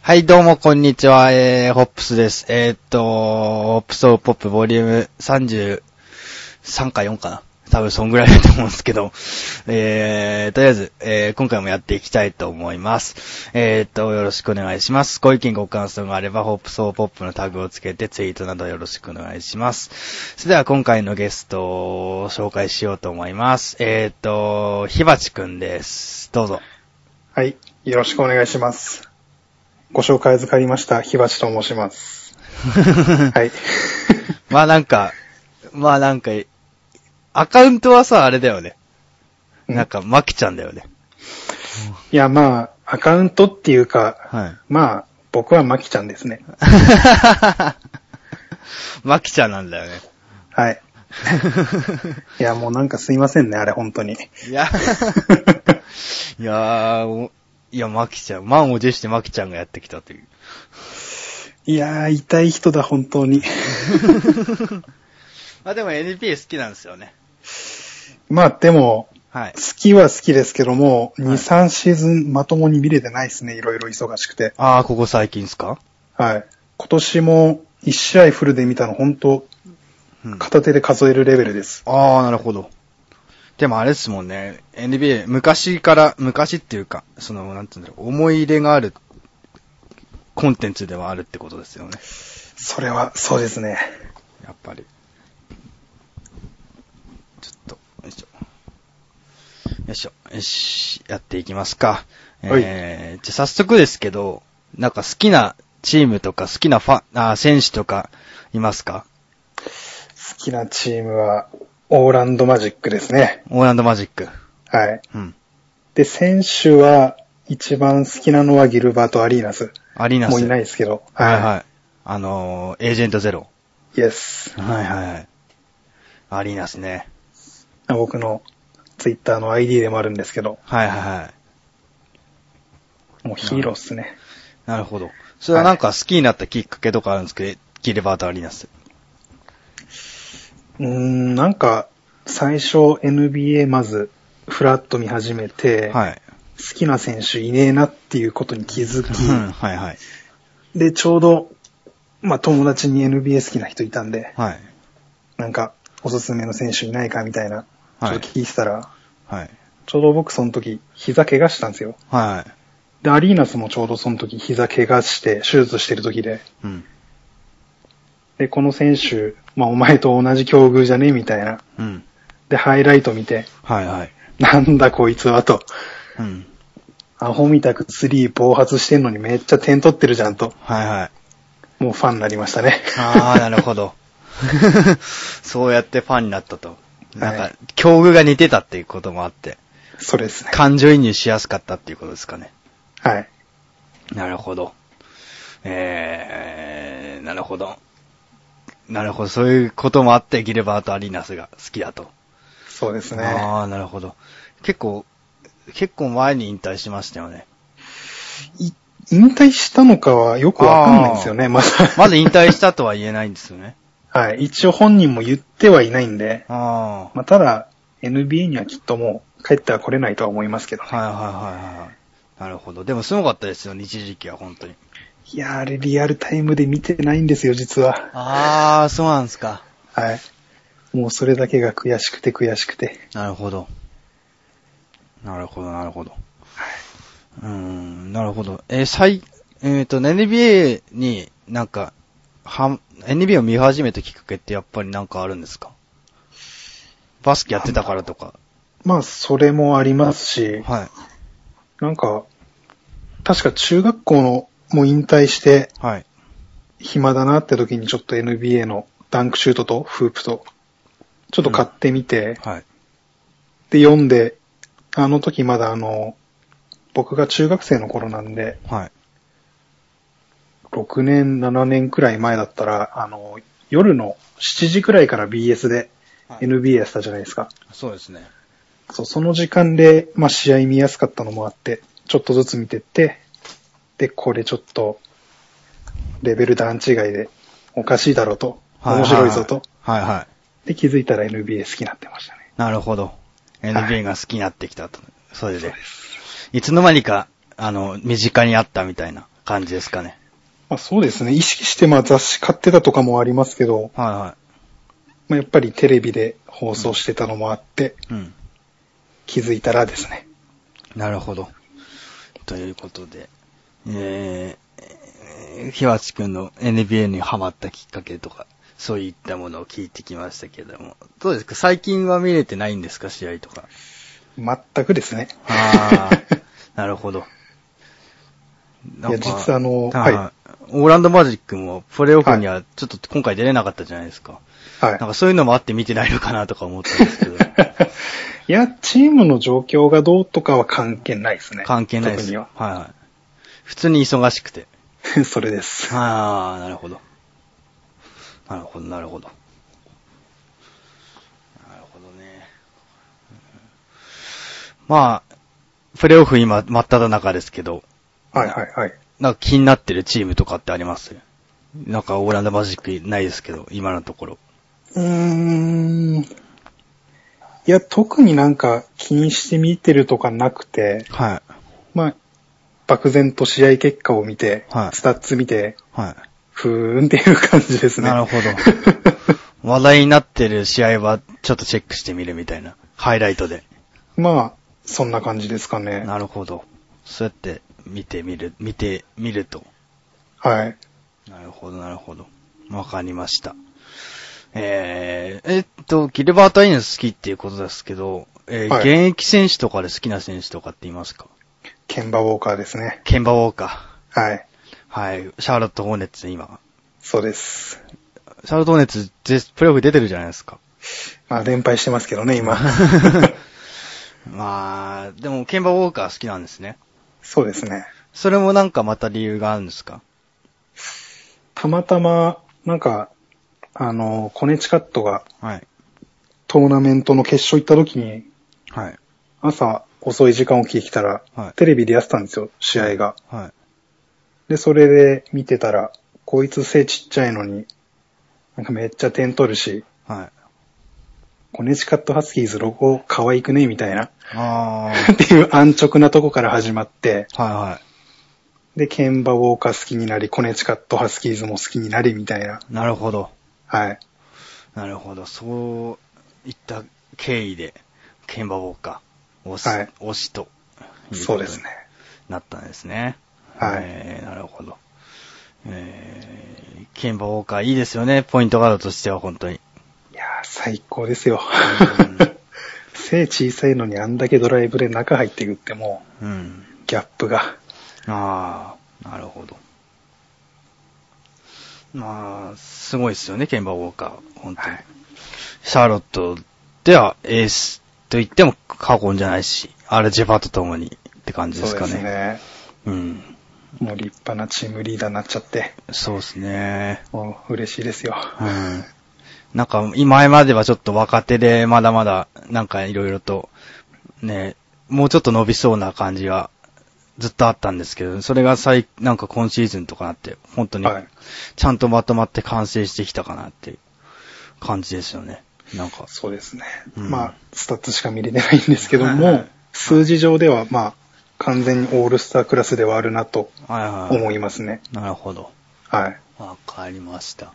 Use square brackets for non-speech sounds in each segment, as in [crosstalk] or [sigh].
はい、どうも、こんにちは。えー、ホップスです。えー、っと、ホップスオブポップボリューム33か4かな。多分、そんぐらいだと思うんですけど。えー、とりあえず、えー、今回もやっていきたいと思います。えー、っと、よろしくお願いします。ご意見、ご感想があれば、ホップスオブポップのタグをつけて、ツイートなどよろしくお願いします。それでは、今回のゲストを紹介しようと思います。えー、っと、ひばちくんです。どうぞ。はい。よろしくお願いします。ご紹介預かりました、ひばちと申します。はい。 [laughs] [laughs] まあなんか、まあなんか、アカウントはさ、あれだよね。なんか、まきちゃんだ [laughs] よね。いや、まあ、アカウントっていうか、はい。まあ、僕はまきちゃんですね。まきちゃんなん [laughs] だよね。はい。 [laughs] いや、もうなんかすいませんね、あれ、本当に。いや、いやー、おいや、まきちゃん、満を持してまきちゃんがやってきたと [laughs] いう。いやー、痛い人だ、本当に。まあでも NP 好きなんですよね。 [laughs] まあ、でも、はい好。きは好きですけども、2、はい3シーズンまともに見れてないですね、いろいろ忙しくて。あー、ここ最近ですかはい。今年も1試合フルで見たの、本当うん。片手で数えるレベルです。ああ、なるほど。でもあれですもんね、NBA、昔から、昔っていうか、その、なんていうんだろう、思い入れがあるコンテンツではあるってことですよね。それは、そうですね。やっぱり。ちょっと、よいしょ。よいしょ、よし、やっていきますか。はいえー、じゃあ早速ですけど、なんか好きなチームとか好きなファン、あー、選手とかいますか好きなチームは、オーランドマジックですね。オーランドマジック。はい。うん。で、選手は、一番好きなのはギルバート・アリーナス。アリーナス。もういないですけど。はいはい。あのー、エージェントゼロ。い。イエス。はいはいはい。アリーナスね。僕のツイッターの ID でもあるんですけど、はいはいはい。もうヒーローっすね。なるほど。それはなんか好きになったきっかけとかあるんですけど、ギルバート・アリーナス。うーん、なんか、最初 NBA まず、フラッと見始めて、はい。好きな選手いねえなっていうことに気づき、うん、はいはい。で、ちょうど、まあ、友達に NBA 好きな人いたんで、はい。なんか、おすすめの選手いないかみたいな、ちょっはいと聞いてたら、はい。ちょうど僕その時、膝怪我したんですよ。はい。で、アリーナスもちょうどその時、膝怪我して、手術してる時で、うん。で、この選手、まあ、お前と同じ境遇じゃねみたいな。うん。で、ハイライト見て、はいはい。なんだこいつはと、うん。アホみたくスリー暴発してんのにめっちゃ点取ってるじゃんと、はいはい。もうファンになりましたね。 [laughs] ああ、なるほど。 [laughs] そうやってファンになったと。なんはかい、境遇が似てたっていうこともあって、 [laughs] それですね。感情移入しやすかったっていうことですかね。はい。なるほど。えー、なるほど。なるほど。そういうこともあって、ギルバート・アリーナスが好きだと。そうですね。ああ、なるほど。結構、結構前に引退しましたよね。い引退したのかはよくわかんないんですよね、まだ。 [laughs] まず引退したとは言えないんですよね。 [laughs] はい。一応本人も言ってはいないんで、ああ。まあ、ただ、NBA にはきっともう帰っては来れないとは思いますけどね。はいはいはいはい。なるほど。でもすごかったですよね、一時期は本当に。いやー、あれリアルタイムで見てないんですよ、実は。ああ、そうなんですか。はい。もうそれだけが悔しくて悔しくて。なるほど。なるほど、なるほど。うーん、なるほど。えー最、えっ、と、NBA になんか、は、NBA を見始めたきっかけってやっぱりなんかあるんですかバスケやってたからとか。まあ、それもありますし、はい。なんか、確か中学校の、もう引退して、はい。暇だなって時にちょっと NBA のダンクシュートとフープと、ちょっと買ってみて、はい。で、読んで、あの時まだあの、僕が中学生の頃なんで、はい。 6年、7年くらい前だったら、あの、夜の7時くらいから BS ではい NBA やってたじゃないですか。そうですね。そう、その時間で、まあ試合見やすかったのもあって、ちょっとずつ見てって、で、これちょっと、レベル段違いで、おかしいだろうと、面白いぞと、。はいはい。で気づいたら NBA 好きになってましたね。なるほど。NBA が好きになってきたと。それそうでで。す。いつの間にか、あの、身近にあったみたいな。感じですかね。まあそうですね。意識してまあ雑誌買ってたとかもありますけど、はまあ、やっぱりテレビで放送してたのもあって、いはい。うん。気づいたらですね。なるほど。ということで、えー、ひわちくんの NBA にハマったきっかけとか、そういったものを聞いてきましたけれども、どうですか最近は見れてないんですか試合とか。全くですね。ああ、 [laughs] なるほど。。いや実はあのはいオーランドマジックも、プレイオフにはちょっと今回出れなかったじゃないですか。はいなん。かそういうのもあって見てないのかなとか思ったんですけ [laughs] ど。いや、チームの状況がどうとかは関係ないですね。関係ないです。特にはいは。はい。普通に忙しくて。 [laughs] それです。ああ、なるほど。なるほど、なるほど。なるほどね。まあ、プレイオフ今真っ只中ですけど、はいはいはい。なんか気になってるチームとかってありますなんかオーランダマジックないですけど、今のところ。うーん。いや、特になんか気にして見てるとかなくて、はい。まあ、漠然と試合結果を見て、はいスタッツ見て、はふーんっていう感じですい。ね。なるほど。話題になってる試合はちょっとチェックしてみるみたいな。ハイライトで。 [laughs] まあ、そんな感じですかね。なるほど。そうやって見てみる、見てみると。はい。なるほど、なるほど。わかりました。えー、えっと、ギルバート・アイネス好きっていうことですけど、えーはい現役選手とかで好きな選手とかっていますかケンバウォーカーですね。ケンバ・ウォーカはい。ー。はい。シャーロット・ホーネッツ、今。そうです。シャーロット・ホーネッツ、ぜプレイオフ出てるじゃないですか。まあ、連敗してますけどね、今。 [laughs] まあ、でも、ケンバ・ウォーカー好きなんですね。そうですね。それもなんかまた理由があるんですかたまたま、なんか、あの、コネチカットがはい。トーナメントの決勝行った時に、はい。朝遅い時間を聞いてきたら、はいテレビでやってたんですよ、試合が。はい。で、それで見てたら、こいつ背ちっちゃいのに、なんかめっちゃ点取るし、はい。コネチカットハスキーズロゴ可愛くねみたいな。 [laughs] あっていう安直なとこから始まって、ー。はいはで、ケンバウォーカー好きになり、コネチカットハスキーズも好きになり、みたいな。い。なるほど。はい。なるほど。そういった経緯で、ケンバウォーカー、推し、はい推しというそうですね。なったんですね。はいえーなるほど。えー、ケンバウォーカーいいですよね、ポイントガードとしては本当に。いやー、最高ですようん。 [laughs] 背小さいのにあんだけドライブで中入っていくってもうん。う、ギャップが。ああ、なるほど。まあ、すごいですよね、ケンバウォーカー。本当に。はいシャーロットではエースと言っても過言じゃないし、アルジェバと共にって感じですかね。そうですね。うん。もう立派なチームリーダーになっちゃって、そうですね。もう嬉しいですよ。うん。なんか、今まではちょっと若手で、まだまだ、なんかいろいろと、ね、もうちょっと伸びそうな感じは、ずっとあったんですけど、それが最、なんか今シーズンとかなって、本当にはい、ちゃんとまとまって完成してきたかなっていう感じですよね。なんか、そうですね。うんまあ、スタッツしか見れてないんですけども、はいはい数字上では、まあ、完全にオールスタークラスではあるなとはいはい。思いますね。なるほど。はい。わかりました。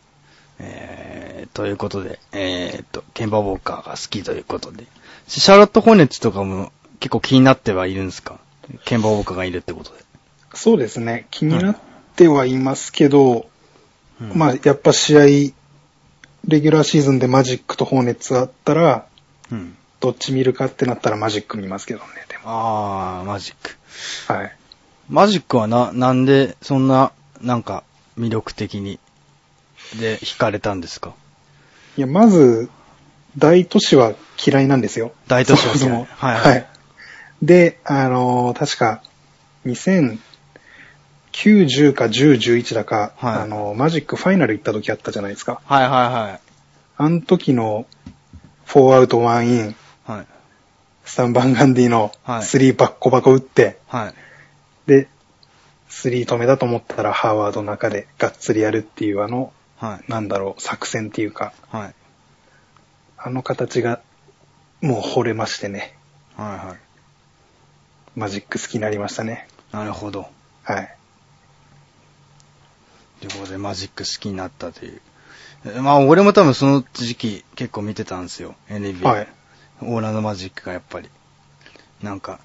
えー、ということで、えー、と、ケンバーウォーカーが好きということで。シャーロット・ホーネッツとかも結構気になってはいるんですかケンバーウォーカーがいるってことで。そうですね。気になってはいますけど、うんまあ、やっぱ試合、レギュラーシーズンでマジックとホーネッツあったら、うん。どっち見るかってなったらマジック見ますけどね、でも。あー、マジック。はい。マジックはな、なんでそんな、なんか、魅力的に、で、惹かれたんですかいや、まず、大都市は嫌いなんですよ。大都市はそ嫌いもそも。はいはい。で、あのー確か、2009、10か10、11だか、はいあのーマジックファイナル行った時あったじゃないですか。はいはあの時の、4アウト1イン、いはい。はい。 3番ガンディのはい3バッコバコ打って、はい。で、3止めだと思ったらハーワードの中でがっつりやるっていうあの、はい。なんだろう、作戦っていうか、はい。あの形が、もう惚れましてね。はいはい。マジック好きになりましたね。なるほど。はい。いうことでマジック好きになったという。えまあ、俺も多分その時期結構見てたんですよ。NBA。はい。オーランドマジックがやっぱり、なんか、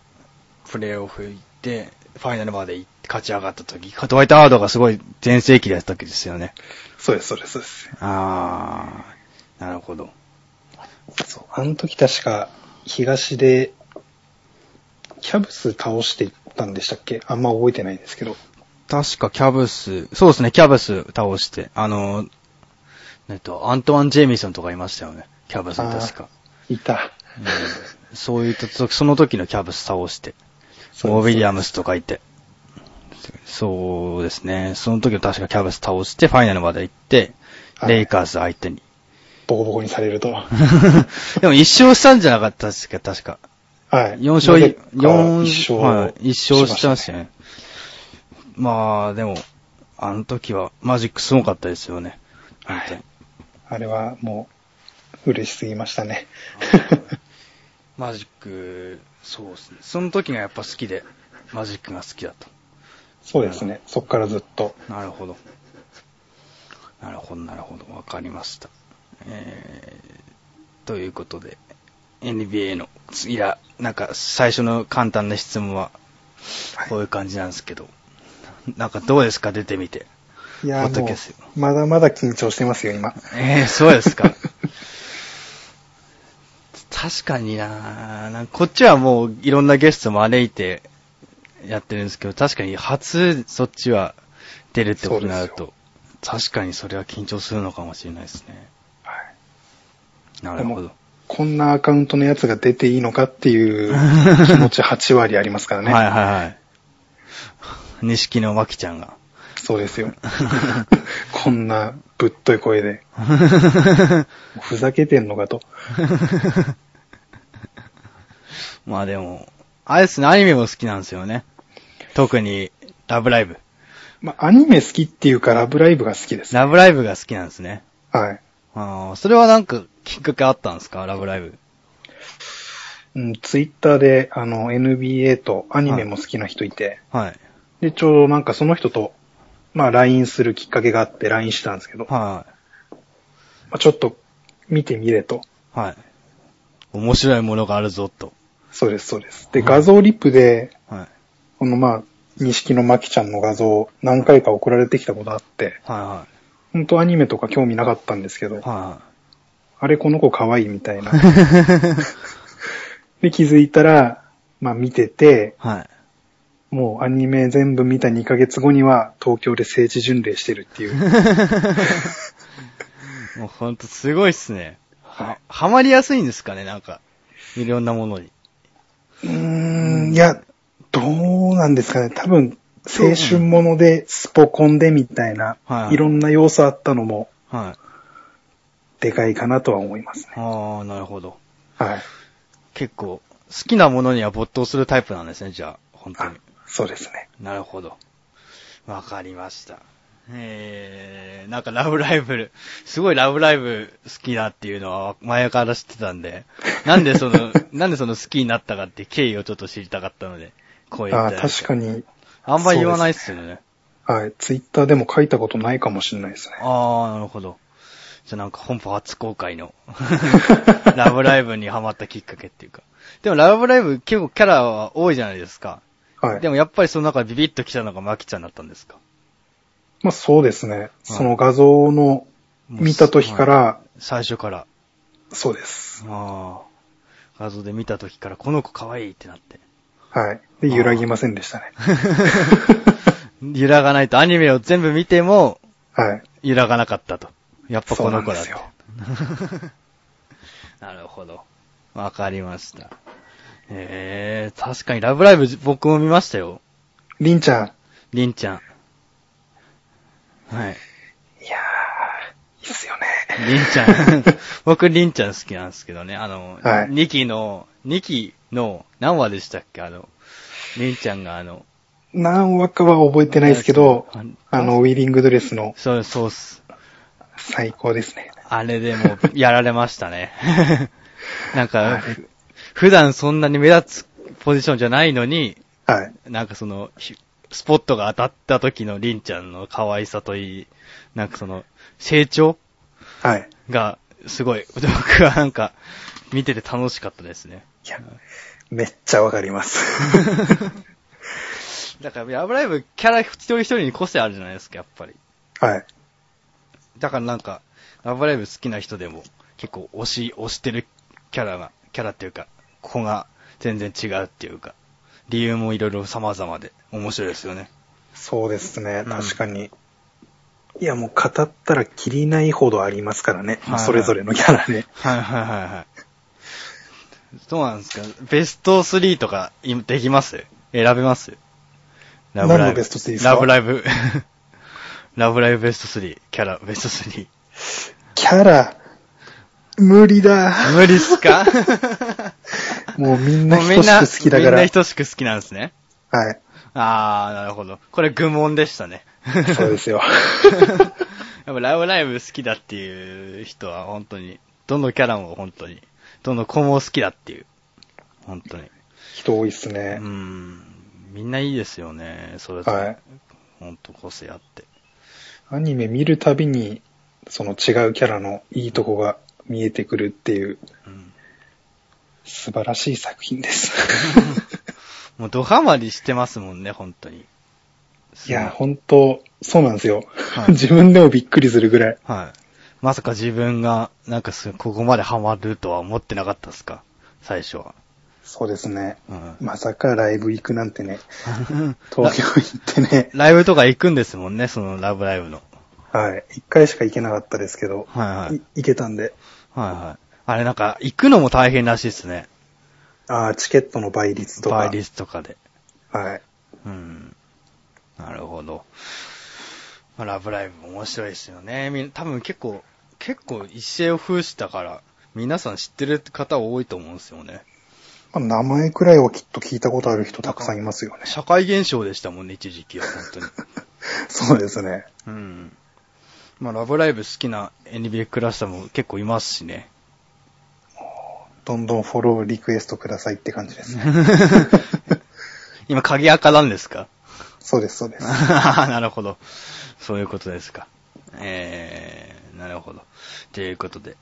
プレイオフ行って、ファイナルまで行って勝ち上がった時、ドワイト・ハードがすごい全盛期だった時ですよね。そうです、そうです、そうです。あー、なるほど。そう。あの時確か、東で、キャブス倒していったんでしたっけあんま覚えてないんですけど。確かキャブス、そうですね、キャブス倒して、あの、えっと、アントワン・ジェイミソンとかいましたよね。キャブスに確か。いた。うんそういうと、そその時のキャブス倒して、モー・ウィリアムスとかいて。そうですね。その時は確かキャブス倒して、ファイナルまで行って、はいレイカーズ相手に。 [laughs] ボコボコにされると。はでも一勝したんじゃなかったですか、確か。い。 4勝い、 4 4、はい、1勝してましたね。まあ、でも、あの時はマジックすごかったですよね。本当にあれはもう、嬉しすぎましたね。マジック、そうですね。その時がやっぱ好きで、マジックが好きだと。 [laughs] そうですね。そっからずっと。なるほど。なるほど、なるほど。わかりました。えー、ということで、NBA の、いや、なんか最初の簡単な質問は、こういう感じなんですけど、なんかどうですか出てみて。いやポッドーもキャストう、まだまだ緊張してますよ、今。えー、そうですか。確かにななんかこっちはもういろんなゲスト招いてやってるんですけど、確かに初そっちは出るってことになるそうと、確かにそれは緊張するのかもしれないですね。はいなるほでども。こんなアカウントのやつが出ていいのかって [laughs] いう気持ち8割ありますからはね。いはいはい。錦のまきちゃんが。 [laughs] そうです [laughs] よ。こんなぶっとい声で。ふざけてんのかと。まあでも、あれですね、アニメも好きなんですよね。特に、ラブライブ。まあ、アニメ好きっていうか、ラブライブが好きです。ラブライブが好きなんですね。はい。ああ、それはなんかきっかけあったんですかラブライブ。うん、ツイッターで、あの、NBA とアニメも好きな人いて、はい。で、ちょうどなんかその人と、まあ、LINE するきっかけがあって、LINE したんですけど、まはあ、ちょっと見てみれと。い。はい。面白いものがあるぞ、と。そうです、そうです。で、画像リップで、はい。このまあ、錦のまきちゃんの画像を何回か送られてきたことあって、は本当アニメとか興味なかったんですけいはい。ど、はあれこの子可愛いみたいな。 [laughs] で、気づいたら、まあ見てて、いはい。はい。もうアニメ全部見た2ヶ月後には東京で聖地巡礼してるって [laughs] いう。もうほんとすごいっすね。はハマりやすいんですかねなんか。いろんなものに。い、うーん、いや、どうなんですかね。多分、青春もので、スポコンでみたいなは、いいろんな要素あったのも、はい。でかいかなとは思いますね。ああ、なるほど。はい。結構、好きなものには没頭するタイプなんですね、じゃあ。本当あに。そうですね。なるほど。わかりました。えー、なんかラブライブ、すごいラブライブ好きだっていうのは前から知ってたんで、なんでその、 [laughs] なんでその好きになったかって経緯をちょっと知りたかったので、こうやあって。確かに、あんまり言わないっすよね。はい。ツイッターでも書いたことないかもしれないですね。 [laughs] あー、なるほど。じゃあなんか本邦初公開の、 [laughs] ラブライブにハマったきっかけっていうか。でもラブライブ結構キャラは多いじゃないですか。はい。でもやっぱりその中でビビッと来たのがマキちゃんだったんですかまあそうですね。その画像の見た時か。もうら、最初から。そうです。ああ。画像で見た時から、この子可愛いってな [laughs] って。はい。で、揺らぎませんでしたね。 [laughs] 揺らがないと、アニメを全部見ても、はい。揺らがなかったと。やっぱそこうなのん子でだっすて。よ。 [laughs] なるほど。わかりました。ええ確かにラブライブ僕も見ましたよ。りんちゃん。りんちゃん。はい。いやー、いいっすよね。りんちゃ [laughs] ん。僕、りんちゃん好きなんですけどね。あの、はい2期の、2期の、何話でしたっけあの、りんちゃんがあの、何話かは覚えてないですけど、あの、ウィーリングドレスのそう、そうっす。最高ですね。あれでもう、やられましたね。 [laughs] なんか、ふ普段そんなに目立つポジションじゃないのに、はい。なんかその、ひスポットが当たった時のリンちゃんの可愛さといい、なんかその、成長はい。が、すごい、僕はなんか、見てて楽しかったですね。いや、めっちゃわか [laughs] ります。だから、ラブライブ、キャラ一人一人に個性あるじゃないですか、やっぱり。はい。だからなんか、ラブライブ好きな人でも、結構推し、推してるキャラが、キャラっていうか、ここが全然違うっていうか、理由もいろいろ様々で、面白いですよね。そうですね、うん確かに。いや、もう語ったらきりないほどありますからね。はいそれぞれのキャ [laughs] ラで。はいはいはいはい。どうなんですかベスト3とか、いできます選べますラブライブ。何のベスト3ですかラブライブ。 [laughs] ラブライブベスト3。キャラベスト3。キャラ、無理だ。無理っすか [laughs] もうみんなもうみ等んしな、く好きだかみんなら。等しく好きなんですね。はあー、なるほど。これ愚問でしたね。い。そうですよ。 [laughs] やっぱラブライブ好きだっていう人は本当に、どのキャラも本当に、どの子も好きだっていう。本当に。人多いっすうね。ん。みんないいですよね。それぞれ。はい。本当個性あって。アニメ見るたびに、その違うキャラのいいとこが見えてくるっていう、うん。素晴らしい作品です。 [laughs] もうドハマりしてますもんね、本当に。いや、本当そうなんですよ。はい自分でもびっくりするぐらい。はい。まさか自分が、なんかす、ここまでハマるとは思ってなかったっすか最初は。そうですね。うん。まさかライブ行くなん [laughs] てね、東京行ってね、ライブとか行くんですもんね、そのラブライブの。はい。一回しか行けなかったですけど、はいはい。い行けたんで、はいはい。あれなんか、行くのも大変らしいっすね。ああ、チケットの倍率とか。バイリスとかで。はい。うん。なるほど。まあラブライブ面白いですよね。みん多分結構、結構一世を風したから、皆さん知ってる方多いと思うんですよね。まあ名前くらいはきっと聞いたことある人たくさんいますよね。社会現象でしたもんね、一時期は、本当に。 [laughs] そうですね。 [laughs] うん。まあ、ラブライブ好きな NBA クラスターも結構いますし [laughs] ね。どんどんフォローリクエストくださいって感じですね。今、鍵垢なんですかそうです、そうです。 [laughs] なるほど。そういうことですか。えー、なるほど。ということで、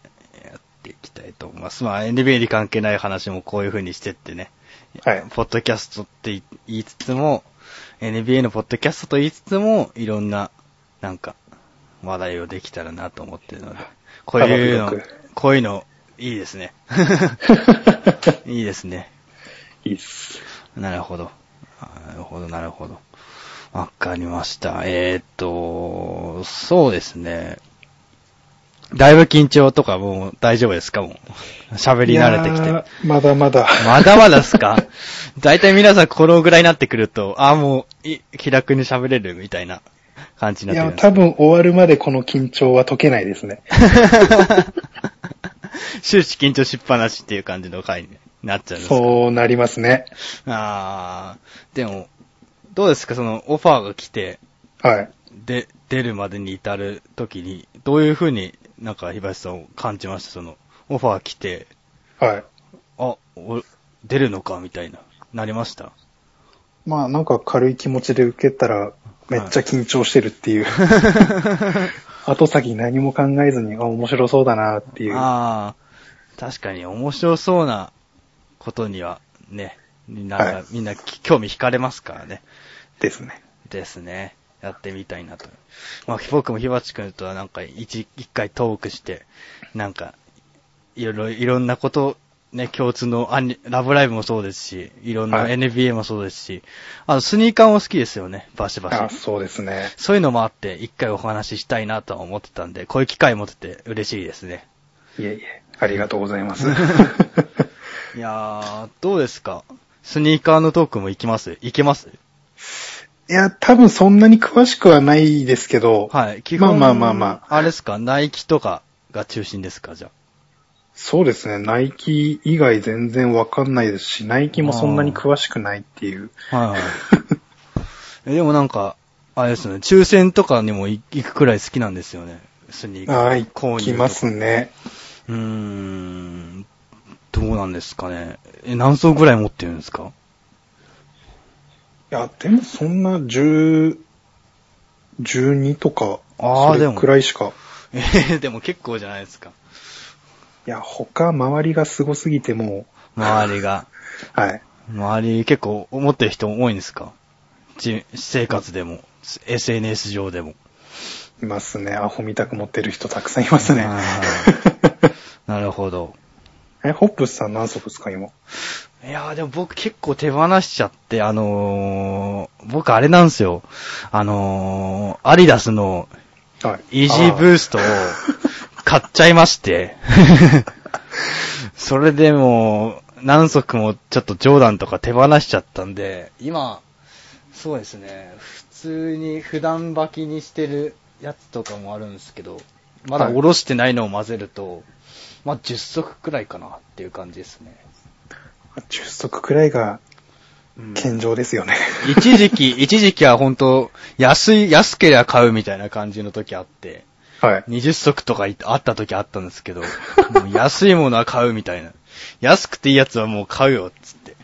やっていきたいと思います。まあ、NBA に関係ない話もこういう風にしてってね。はいポッドキャストって言いつつも、NBA のポッドキャストと言いつつも、いろんな、なんか、話題をできたらなと思ってるので、こういう幅の広く、こういうの、いいです [laughs] ね。いいですね。いいっす。なるほど。あなるほど、なるほど。わかりました。えーっと、そうですね。だいぶ緊張とかもう大丈夫ですかもう。喋り慣れてきいてや。ーまだまだ。まだまだっすか大体皆さんこのぐらいになってくると、あ、もう、い気楽に喋れるみたいな感じ [laughs] いになっや、てくる多分終わるまでこの緊張は解けないですね。 [laughs] 終始緊張しっぱなしっていう感じの回になっちゃうんですかそうなりますね。あー、でも、どうですかそのオファーが来て、はい。で、出るまでに至るときに、どういうふうになんか、ひばしさんを感じましたその、オファー来て、はい。あ、お出るのかみたいな、なりましたまあなんか軽い気持ちで受けたらめっちゃ緊張してるっ [laughs] ていう。後先何も考えずに、あ、面白そうだなっていう。はああ、確かに面白そうなことにはね、みんなが、はいみんなき興味惹かれますからね。い。ですね。ですね。やってみたいなと。まあ、僕もひばちくんとはなんか一、一回トークして、なんか、いろいろ、いろんなこと、ね、共通のアニ、ラブライブもそうですし、いろんなはい NBA もそうですし、あの、スニーカーも好きですよね、バシあバ、シ。そうですね。そういうのもあって、一回お話ししたいなとは思ってたんで、こういう機会持てて嬉しいですね。いえいえ。ありがとうござ [laughs] います。いやー、どうですかスニーカーのトークも行きます行けますいや、多分そんなに詳しくはないですけど、はい。基まあまあまあまあ。あれですかナイキとかが中心ですかじゃそうですね、ナイキ以外全然わかんないですし、ナイキもそんなに詳しくないっていう。あ。はいはい。えでもなんか、あれですよね。抽選とかにもい行くくらい好きなんですよね。スニーカー。 [laughs] ああ、購行入きますね。うーん。どうなんですかね。え、何層ぐらい持ってるんですかや、でもそんな10、12とか、あーそれくらいしか。えーでも結構じゃないですか。いや、他、周りがすごすぎても周りが。う、はい。周り結構思ってる人多いんですかち私生活でも、SNS 上でも。いますね。アホみたく持ってる人たくさんいますね。あなるほど。 [laughs] え、ホップスさん何足ですか、今。いやーでも僕結構手放しちゃって、あのー、僕あれなんですよ。あのー、アディダスのはい。イージーブーストを買っちゃいまして。 [laughs] それでもう、何足もちょっとジョーダンとか手放しちゃったんで、今、そうですね、普通に普段履きにしてるやつとかもあるんですけど、まだ下ろしてないのを混ぜると、まあ10足くらいかなっていう感じですね。あー10足くらいがうん健常ですよね。一時期、一時期は本当安い、安けりゃ買うみたいな感じの時あって、 [laughs] はい。 20足とかいあった時あったんですけど、も [laughs] う安いものは買うみたいな。安くていいやつはもう買うよ、っつって。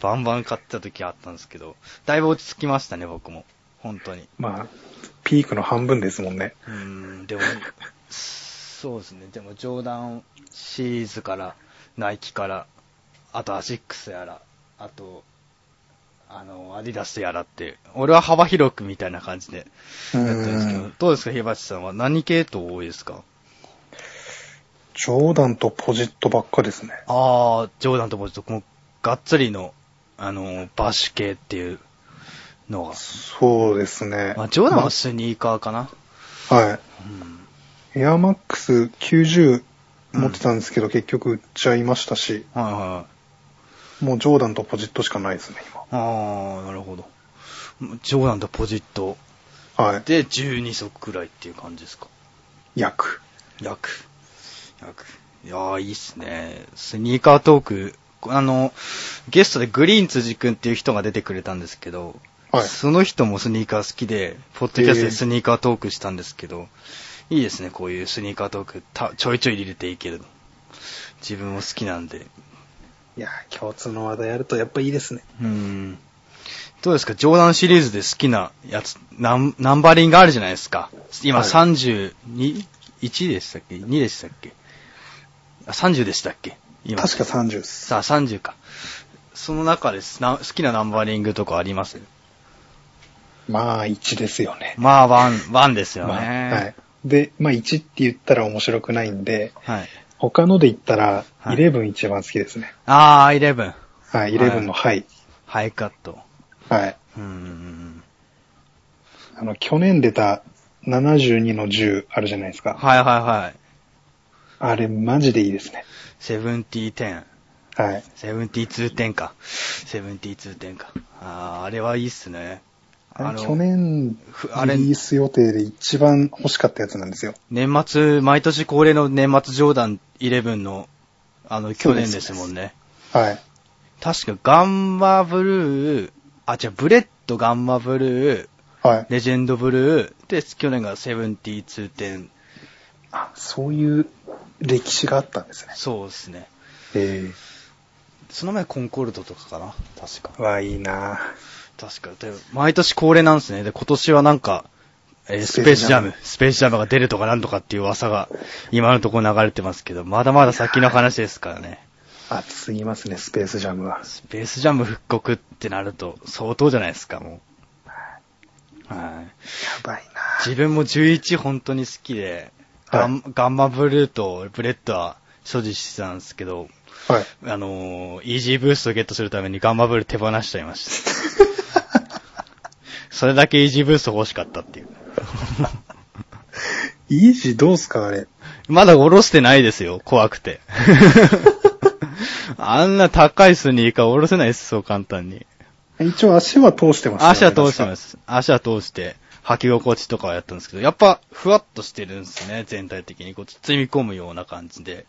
バンバン買ってた時あったんですけど、だいぶ落ち着きましたね、僕も。本当に。まあ、ピークの半分ですもんね。うーん、でも、そうですね。でも、ジョーダンシリーズから、ナイキから、あとアシックスやら、あと、あの、アディダスやらって、俺は幅広くみたいな感じでうやってるんですけどん。、どうですか、ひばちさんは。何系統多いですかジョーダンとポジットばっかですね。ああ、ジョーダンとポジット、もうがっつりの、あの、バッシュ系っていうのが。そうですね。まあ、ジョーダンはスニーカーかな。はい。うん。エアマックス90持ってたんですけど、結局売っちゃいましたし、はいはい。もうジョーダンとポジットしかないですね、ああ、なるほど。ジョーダンとポジット今。はい。で12足くらいっていう感じですか。約。約。約。いやー、いいっすね。スニーカートーク、あの、ゲストでグリーン辻くんっていう人が出てくれたんですけど、はい。その人もスニーカー好きで、ポッドキャストでスニーカートークしたんですけど、いいですね、こういうスニーカートーク、たちょいちょい入れていけるの。自分も好きなんで。いやー、共通の話題やるとやっぱいいですね。うん。どうですか、ジョーダンシリーズで好きなやつ、ナンナンバリングあるじゃないですか。今はい32、1でしたっけ ?2 でしたっけあ ?30 でしたっけ今。確か30っす。さあ、30か。その中です。な好きなナンバリングとかありますまあ、1ですよね。まあ、ワン、ワンですよね。まあ、はい。で、まあ、1って言ったら面白くないんで、はい。他ので言ったら、はい11一番好きですね。あー、11。はい、11のハイ。ハイカット。はい。うーん。あの、去年出た72の10あるじゃないですか。はいはいはい。あれ、マジでいいですね。セブンティーテン。はい。セブンティーツーテンか。セブンティーツーテンか。あー、あれはいいっすね。あれ去年、ふあれリリース予定で一番欲しかったやつなんですよ。年末、毎年恒例の年末ジョーダン11の、あの、去年そうでですすもんね。はい。確かガンマブルー、あ、じゃブレッドガンマブルー、はい。レジェンドブルー、で、去年がセブンティーツーテン。あ、そういう歴史があったんですね。そうですね。えその前コンコルドとかかな確かえ。。わ、いいな確か。で毎年恒例なんですね。で、今年はなんか、えーススペペーーススジジャャムム、スペースジャムが出るとかなんとかっていう噂が今のところ流れてますけど、まだまだ先の話ですからね。熱すぎますね、スペースジャムは。スペースジャム復刻ってなると相当じゃないですか、もう。はい。やばいな自分も11本当に好きで、ガン,、ガンマブルーとブレッドは所持してたんですけど、はい。あのーイージーブーストをゲットするためにガンマブルー手放しちゃいました。それだけイージーブースト欲しかったっていう。イージーどうすか、あれ。まだ下ろしてないですよ、怖くて。あんな高いスニーカー下ろせないです、そう簡単に。一応足は通してます、。足は通してますす。足は通して、履き心地とかはやったんですけど、やっぱ、ふわっとしてるんですね、全体的に。こう、包み込むような感じで。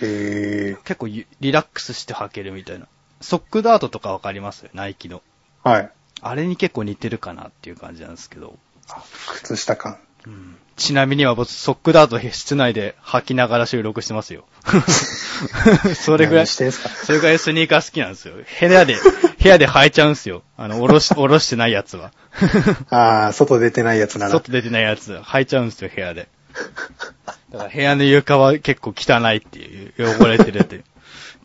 へえ。結構ゆ、リラックスして履けるみたいな。ソックダートとかわかりますナイキの。はい。あれに結構似てるかなっていう感じなんですけど。あ靴下感。うんちなみには僕、ソックダート室内で履きながら収録して [laughs] ますよ。それぐらい、何してんすかそれぐらいスニーカー好きなんですよ。部屋で、部部屋で生えちゃうんすよ。あの、おろし、 [laughs] おろしてないやつは。ああ、外出てないやつなら。外出てないやつ、生えちゃうんすよ、部屋で。だから部屋の床は結構汚いっていう、汚れてるっていう。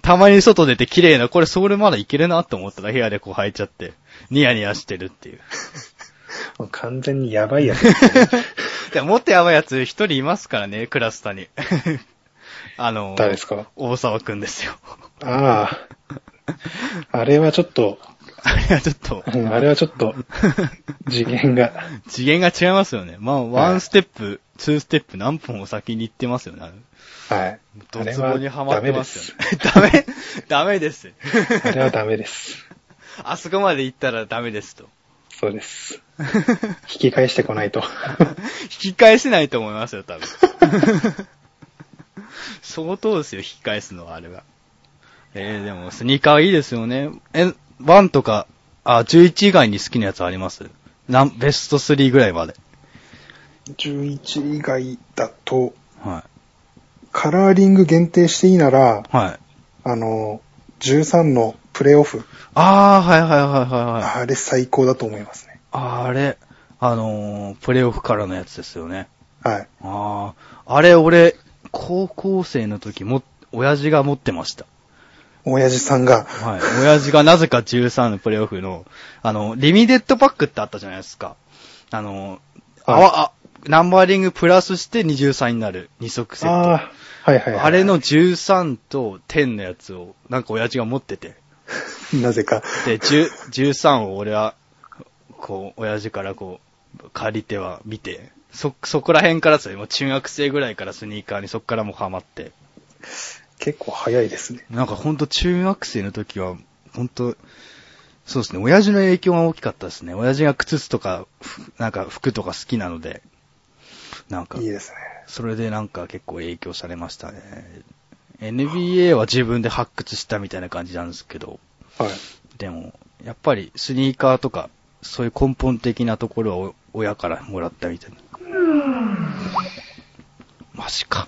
たまに外出て綺麗な、これそれまだいけるなと思ったら部屋でこう生えちゃって、ニヤニヤしてるっていう。もう完全にやばいやつ。 [laughs] でももっとやばいやつ一人いますからね、クラスターに。 [laughs] あの、誰ですか大沢くんですよ。 [laughs] ああ。あれはちょっと、あれはちょっと、うんあれはちょっと、次元が。次元が違いますよね。まあ、ワンステップ、ツーステップ何本も先に行ってますよね。あのはい。ドツボにはまってますよね。 [laughs] ダメダメです。あれはダメです。あそこまで行ったらダメですと。そうです。引き返してこないと。 [laughs] 引き返せないと思いますよ、多分。 [laughs] 相当ですよ、引き返すのは、あれは。えー、でも、スニーカーはいいですよね。え、1とか、あ、11以外に好きなやつありますなん、ベスト3ぐらいまで。 11以外だと、はカラーリング限定していいなら、い。はい。あの、13のプレイオフ、あー、はいはいはいはいはい。あれ最高だと思いますね。あれ、あのー、プレイオフからのやつですよね。はい。ああ、あれ俺、高校生の時も、親父が持ってました。親父さんが、はい。親父がなぜか13のプレイオフの、あの、リミテッドパックってあったじゃないですか。あの、あはいわ、あ、ナンバリングプラスして23になる2足セット。 [laughs] ああ、はいはいはい。あれの13と10のやつを、なんか親父が持ってて。なぜか。で、10 13を俺は、こう、親父からこう、借りては見て、そ、そこら辺からですね、もう中学生ぐらいからスニーカーにそこからもうハマって。結構早いですね。なんかほんと中学生の時は、ほんと、そうですね、親父の影響が大きかったですね。親父が靴とか、ふなんか服とか好きなので、なんかいい、ですね。それでなんか結構影響されましたね。NBA は自分で発掘したみたいな感じなんですけど、はい。でも、やっぱりスニーカーとか、そういう根本的なところはお親からもらったみたいな。マジか。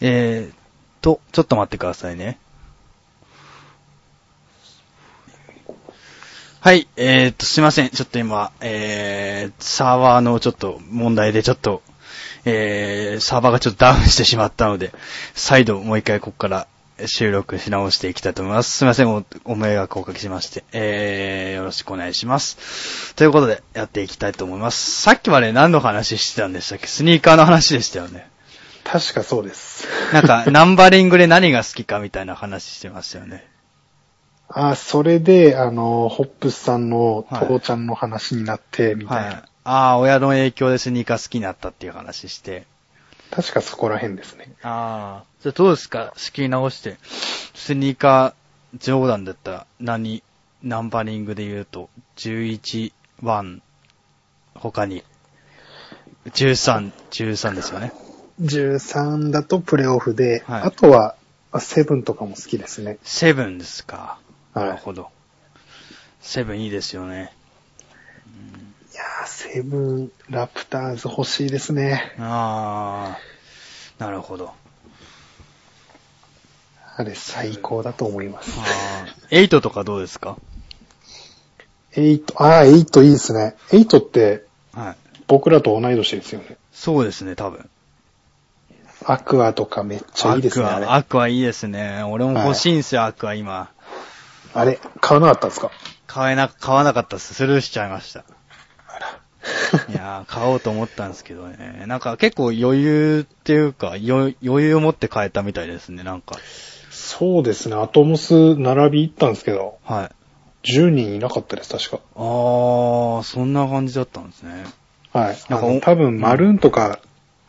えーっと、ちょっと待ってくださいね。はい、えーっと、すいません。ちょっと今、えー、サーバーのちょっと問題でちょっと、えー、サーバーがちょっとダウンしてしまったので、再度もう一回ここから収録し直していきたいと思います。すいません、お、お迷惑をおかけしまして、えー、よろしくお願いします。ということで、やっていきたいと思います。さっきまで何の話してたんでしたっけスニーカーの話でしたよね。確かそうです。なん [laughs] か、ナンバリングで何が好きかみたいな話してましたよね。あ、それで、あの、ホップスさんの父ちゃんの話になって、みたいな、はい。ああ、親の影響でスニーカー好きになったっていう話して。確かそこら辺ですね。ああ。じゃあどうですか仕切り直して。スニーカー、冗談だったら何、ナンバリングで言うと、11、1、他に、13、13ですよね。 13だとプレオフで、はいあとは、あセブンとかも好きですね。 7ですか。なはるい。ほど。7いいですよね。いやーセブン、ラプターズ欲しいですね。ああ。なるほど。あれ最高だと思います。ああ。8とかどうですか8、あー、8いいですね。8ってはい。僕らと同い年ですよね。そうですね、多分。アクアとかめっちゃいいですね、あアれ。クア、あアクアいいですね。俺も欲しいんすよ、アクア今。れ、買わなかったんですか買えな、買わなかったっす。スルーしちゃいました。あ [laughs] ら。いやー、買おうと思ったんですけどね。なんか結構余裕っていうか、余余裕を持って買えたみたいですね、なんか。そうですね、アトモス並び行ったんですけど、はい。 10人いなかったです、確か。あー、そんな感じだったんですね。はい。あなんかおの多分、マルーンとか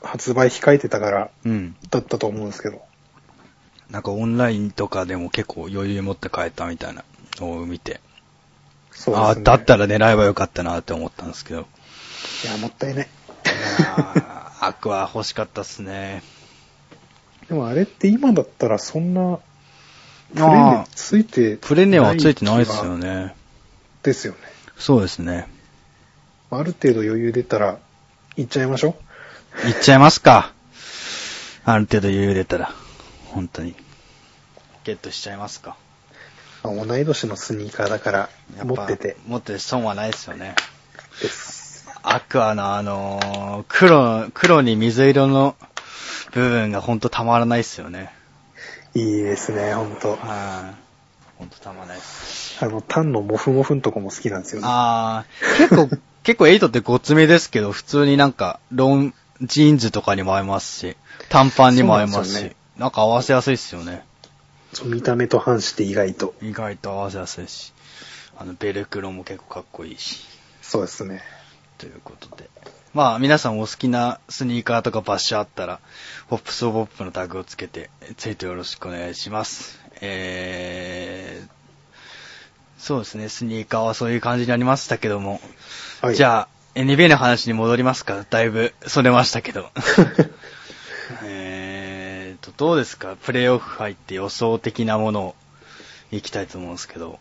発売控えてたから、うん。だったと思うんですけど。なんかオンラインとかでも結構余裕持って買えたみたいなのを見て。そうですね。あー、だったら狙えばよかったなって思ったんですけ [laughs] ど。いや、もったいない。いやーアクア欲しかったっすね。 [laughs] でもあれって今だったらそんな、プレあネーついて、プレネはついてないっすよ。ね。ですよね。そうですね。ある程度余裕出たら、行っちゃいましょう。いっちゃいますか。ある程度余裕出たら。本当に。ゲットしちゃいますか。まあ同い年のスニーカーだからや、ぱ持ってて持ってて損はないですよね。です。アクアのあのー黒、黒に水色の部分がほんとたまらないっすよね。いいですね、ほんと。はい。ほんとたまらないっす。あの、タンのモフモフんとこも好きなんですよね。あー、結構、 [laughs] 結構エイトってごつめですけど、普通になんか、ロン、ジーンズとかにも合いますし、短パンにも合いますし、そなうなんん,、ですよねか合わせやすいっすよね。そう見た目と反して意外と。意外と合わせやすいし、あの、ベルクロも結構かっこいいし、そうですね。ということで。まあ、皆さんお好きなスニーカーとかバッシュあったら、ホップスオブホップのタグをつけて、ツイートよろしくお願いします。えー、そうですね、スニーカーはそういう感じになりましたけども、はい。じゃあ、NBA の話に戻りますか。だいぶ、それましたけ [laughs] ど。えーと、どうですかプレイオフ入って予想的なものをいきたいと思うんですけど。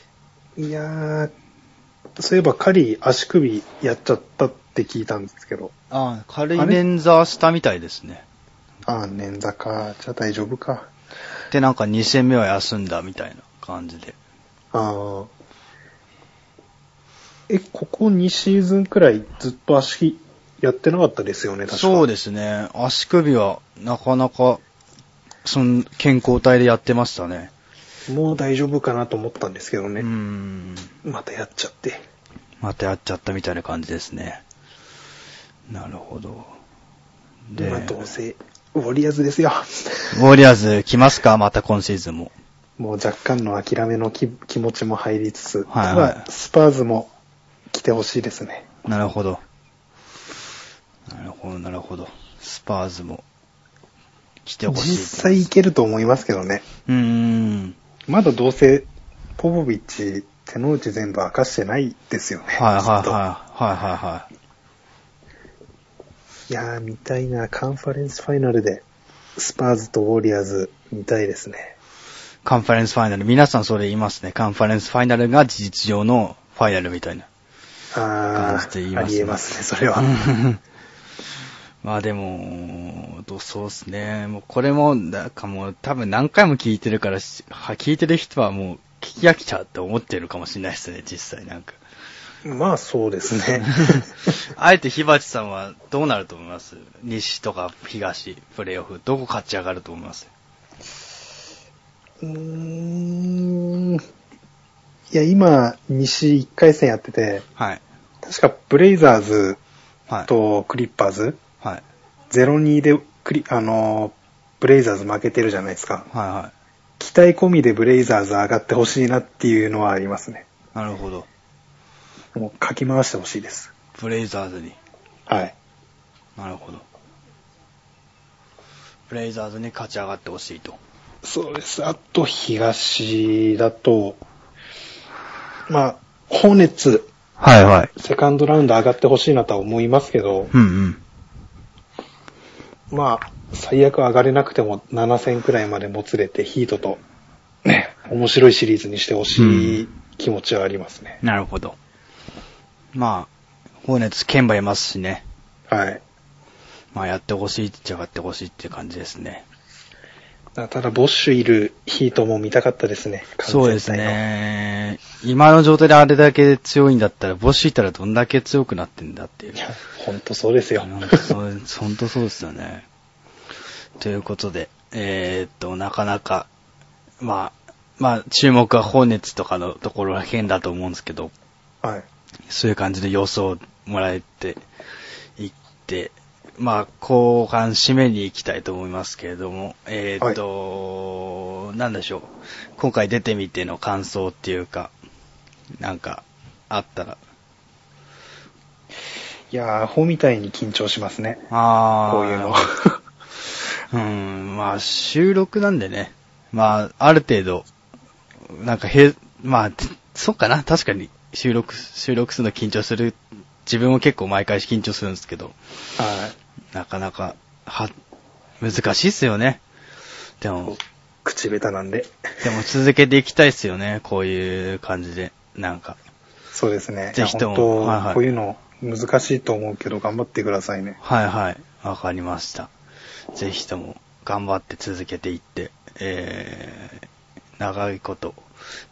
[laughs] いやー、そういえばカリー足首やっちゃったって聞いたんですけど。あ軽いあれ捻挫したみたいですね。ああ、捻挫か。じゃあ大丈夫か。で、なんか2戦目は休んだみたいな感じで。ああ。え、ここ2シーズンくらいずっと足やってなかったですよね、確かそうでですね。足首はなかなか、その健康体でやってましたね。す。もう大丈夫かなと思ったんですけどうね。ーん。またやっちゃって。またやっちゃったみたいな感じですね。なるほど。で、まあどうせ、ウォリアーズです [laughs] よ。ウォリアーズ来ますかまた今シーズンも。もう若干の諦めのき気持ちも入りつつ、はいはいただ、スパーズも来てほしいですね。なるほど。なるほど、なるほど。スパーズも来てほしい。実際いけると思いますけどね。うーん。まだどうせ、ポポビッチ、手の内全部明かしてないですよね。はいはいはい。きっとはいはいはい。いやー、見たいな。カンファレンスファイナルで、スパーズとウォリアーズ、見たいですね。カンファレンスファイナル、皆さんそれ言いますね。カンファレンスファイナルが事実上のファイナルみたいな。あ感じて言いー、ますあねりえますね、[laughs] それは。まあでも、どうそうですね。もうこれも、なんかもう多分何回も聞いてるからし、は聞いてる人はもう聞き飽きちゃうって思ってるかもしれないですね、実際なんか。まあ、そうですね。あえて火鉢さんはどうなると思います西とか東、プレイオフ、どこ勝ち上がると思います [laughs] うーん。いや、今、西1回戦やってて、はい。確かブレイザーズはい。とクリッパーズ、はい。 0-2でクリ、あのー、ブレイザーズ負けてるじゃないですか。はいは期待込みでブレイザーズ上がってほしいなっていうのはありますね。い。なるほど。もう、かき回してほしいです。ブレイザーズに。はい。なるほど。ブレイザーズに勝ち上がってほしいと。そうです。あと、東だと、まあ、ホーネッツ、はいはい。セカンドラウンド上がってほしいなとは思いますけど、うんうん。まあ、最悪上がれなくても7戦くらいまでもつれて、ヒートと、ね、面白いシリーズにしてほしい気持ちはありますね。なるほど。まあ、ホーネッツ、ケンバいますしね。はい。まあやってほしいっちゃやってほしいっていう感じですね。ただ、ボッシュいるヒートも見たかったですね。そうです。ね。今の状態であれだけ強いんだったら、ボッシュいたらどんだけ強くなってんだっていうい。や、ほんとそうですよ。なんかそう本当そうですよね。ということで、えーっと、なかなか、まあ、まあ、注目は放熱とかのところが変だと思うんですけど、はい。そういう感じで予想をもらえていって、まあ、後半締めに行きたいと思いますけれども、えーっと、なんでしょう。今回出てみての感想っていうか、なんか、あったら。いやー、アホみたいに緊張しますね。ああ。こういうの。 [laughs] うん、まあ、収録なんでね。まあ、ある程度、なんか、へ、まあ、てそうかな。確かに、収録、収録するの緊張する。自分も結構毎回緊張するんですけど、はい。なかなか、は、難しいっすよね。でも、口下手なんで。でも続けていきたいっすよね。こういう感じで。なんか。そうですね。ぜひともいや本当、はいはいこういうの難しいと思うけど頑張ってくださいね。はいはい。わかりました。ぜひとも、頑張って続けていって、えー、長いこと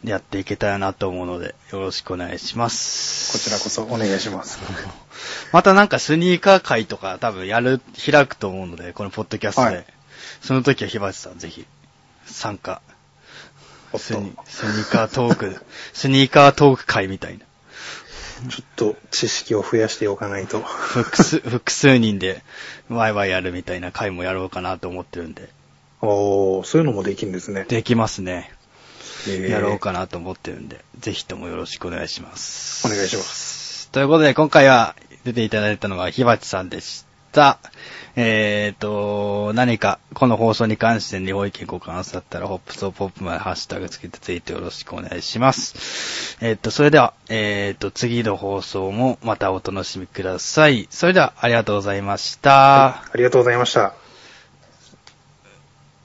やっていけたらなと思うので、よろしくお願いします。こちらこそお願い [laughs] します。またなんかスニーカー会とか多分やる、開くと思うので、このポッドキャストで。はいその時はひばちさんぜひ参加。おっとスニスニーカートーク、 [laughs] スニーカートーク会みたいな。ちょっと知識を増やしておかないと。複数、複数人でワイワイやるみたいな会もやろうかなと思ってるんで。おー、そういうのもできるんですね。できますね。えーやろうかなと思ってるんで、ぜひともよろしくお願いします。。お願いしますということで、今回は出ていただいたのがひばちさんでした。えーと、何かこの放送に関してご意見ご感想だったら、ホップスオポップまでハッシュタグつけてツイートよろしくお願いします。えーと、それでは、えーと、次の放送もまたお楽しみください。それでは、ありがとうございました。ありがとうございました。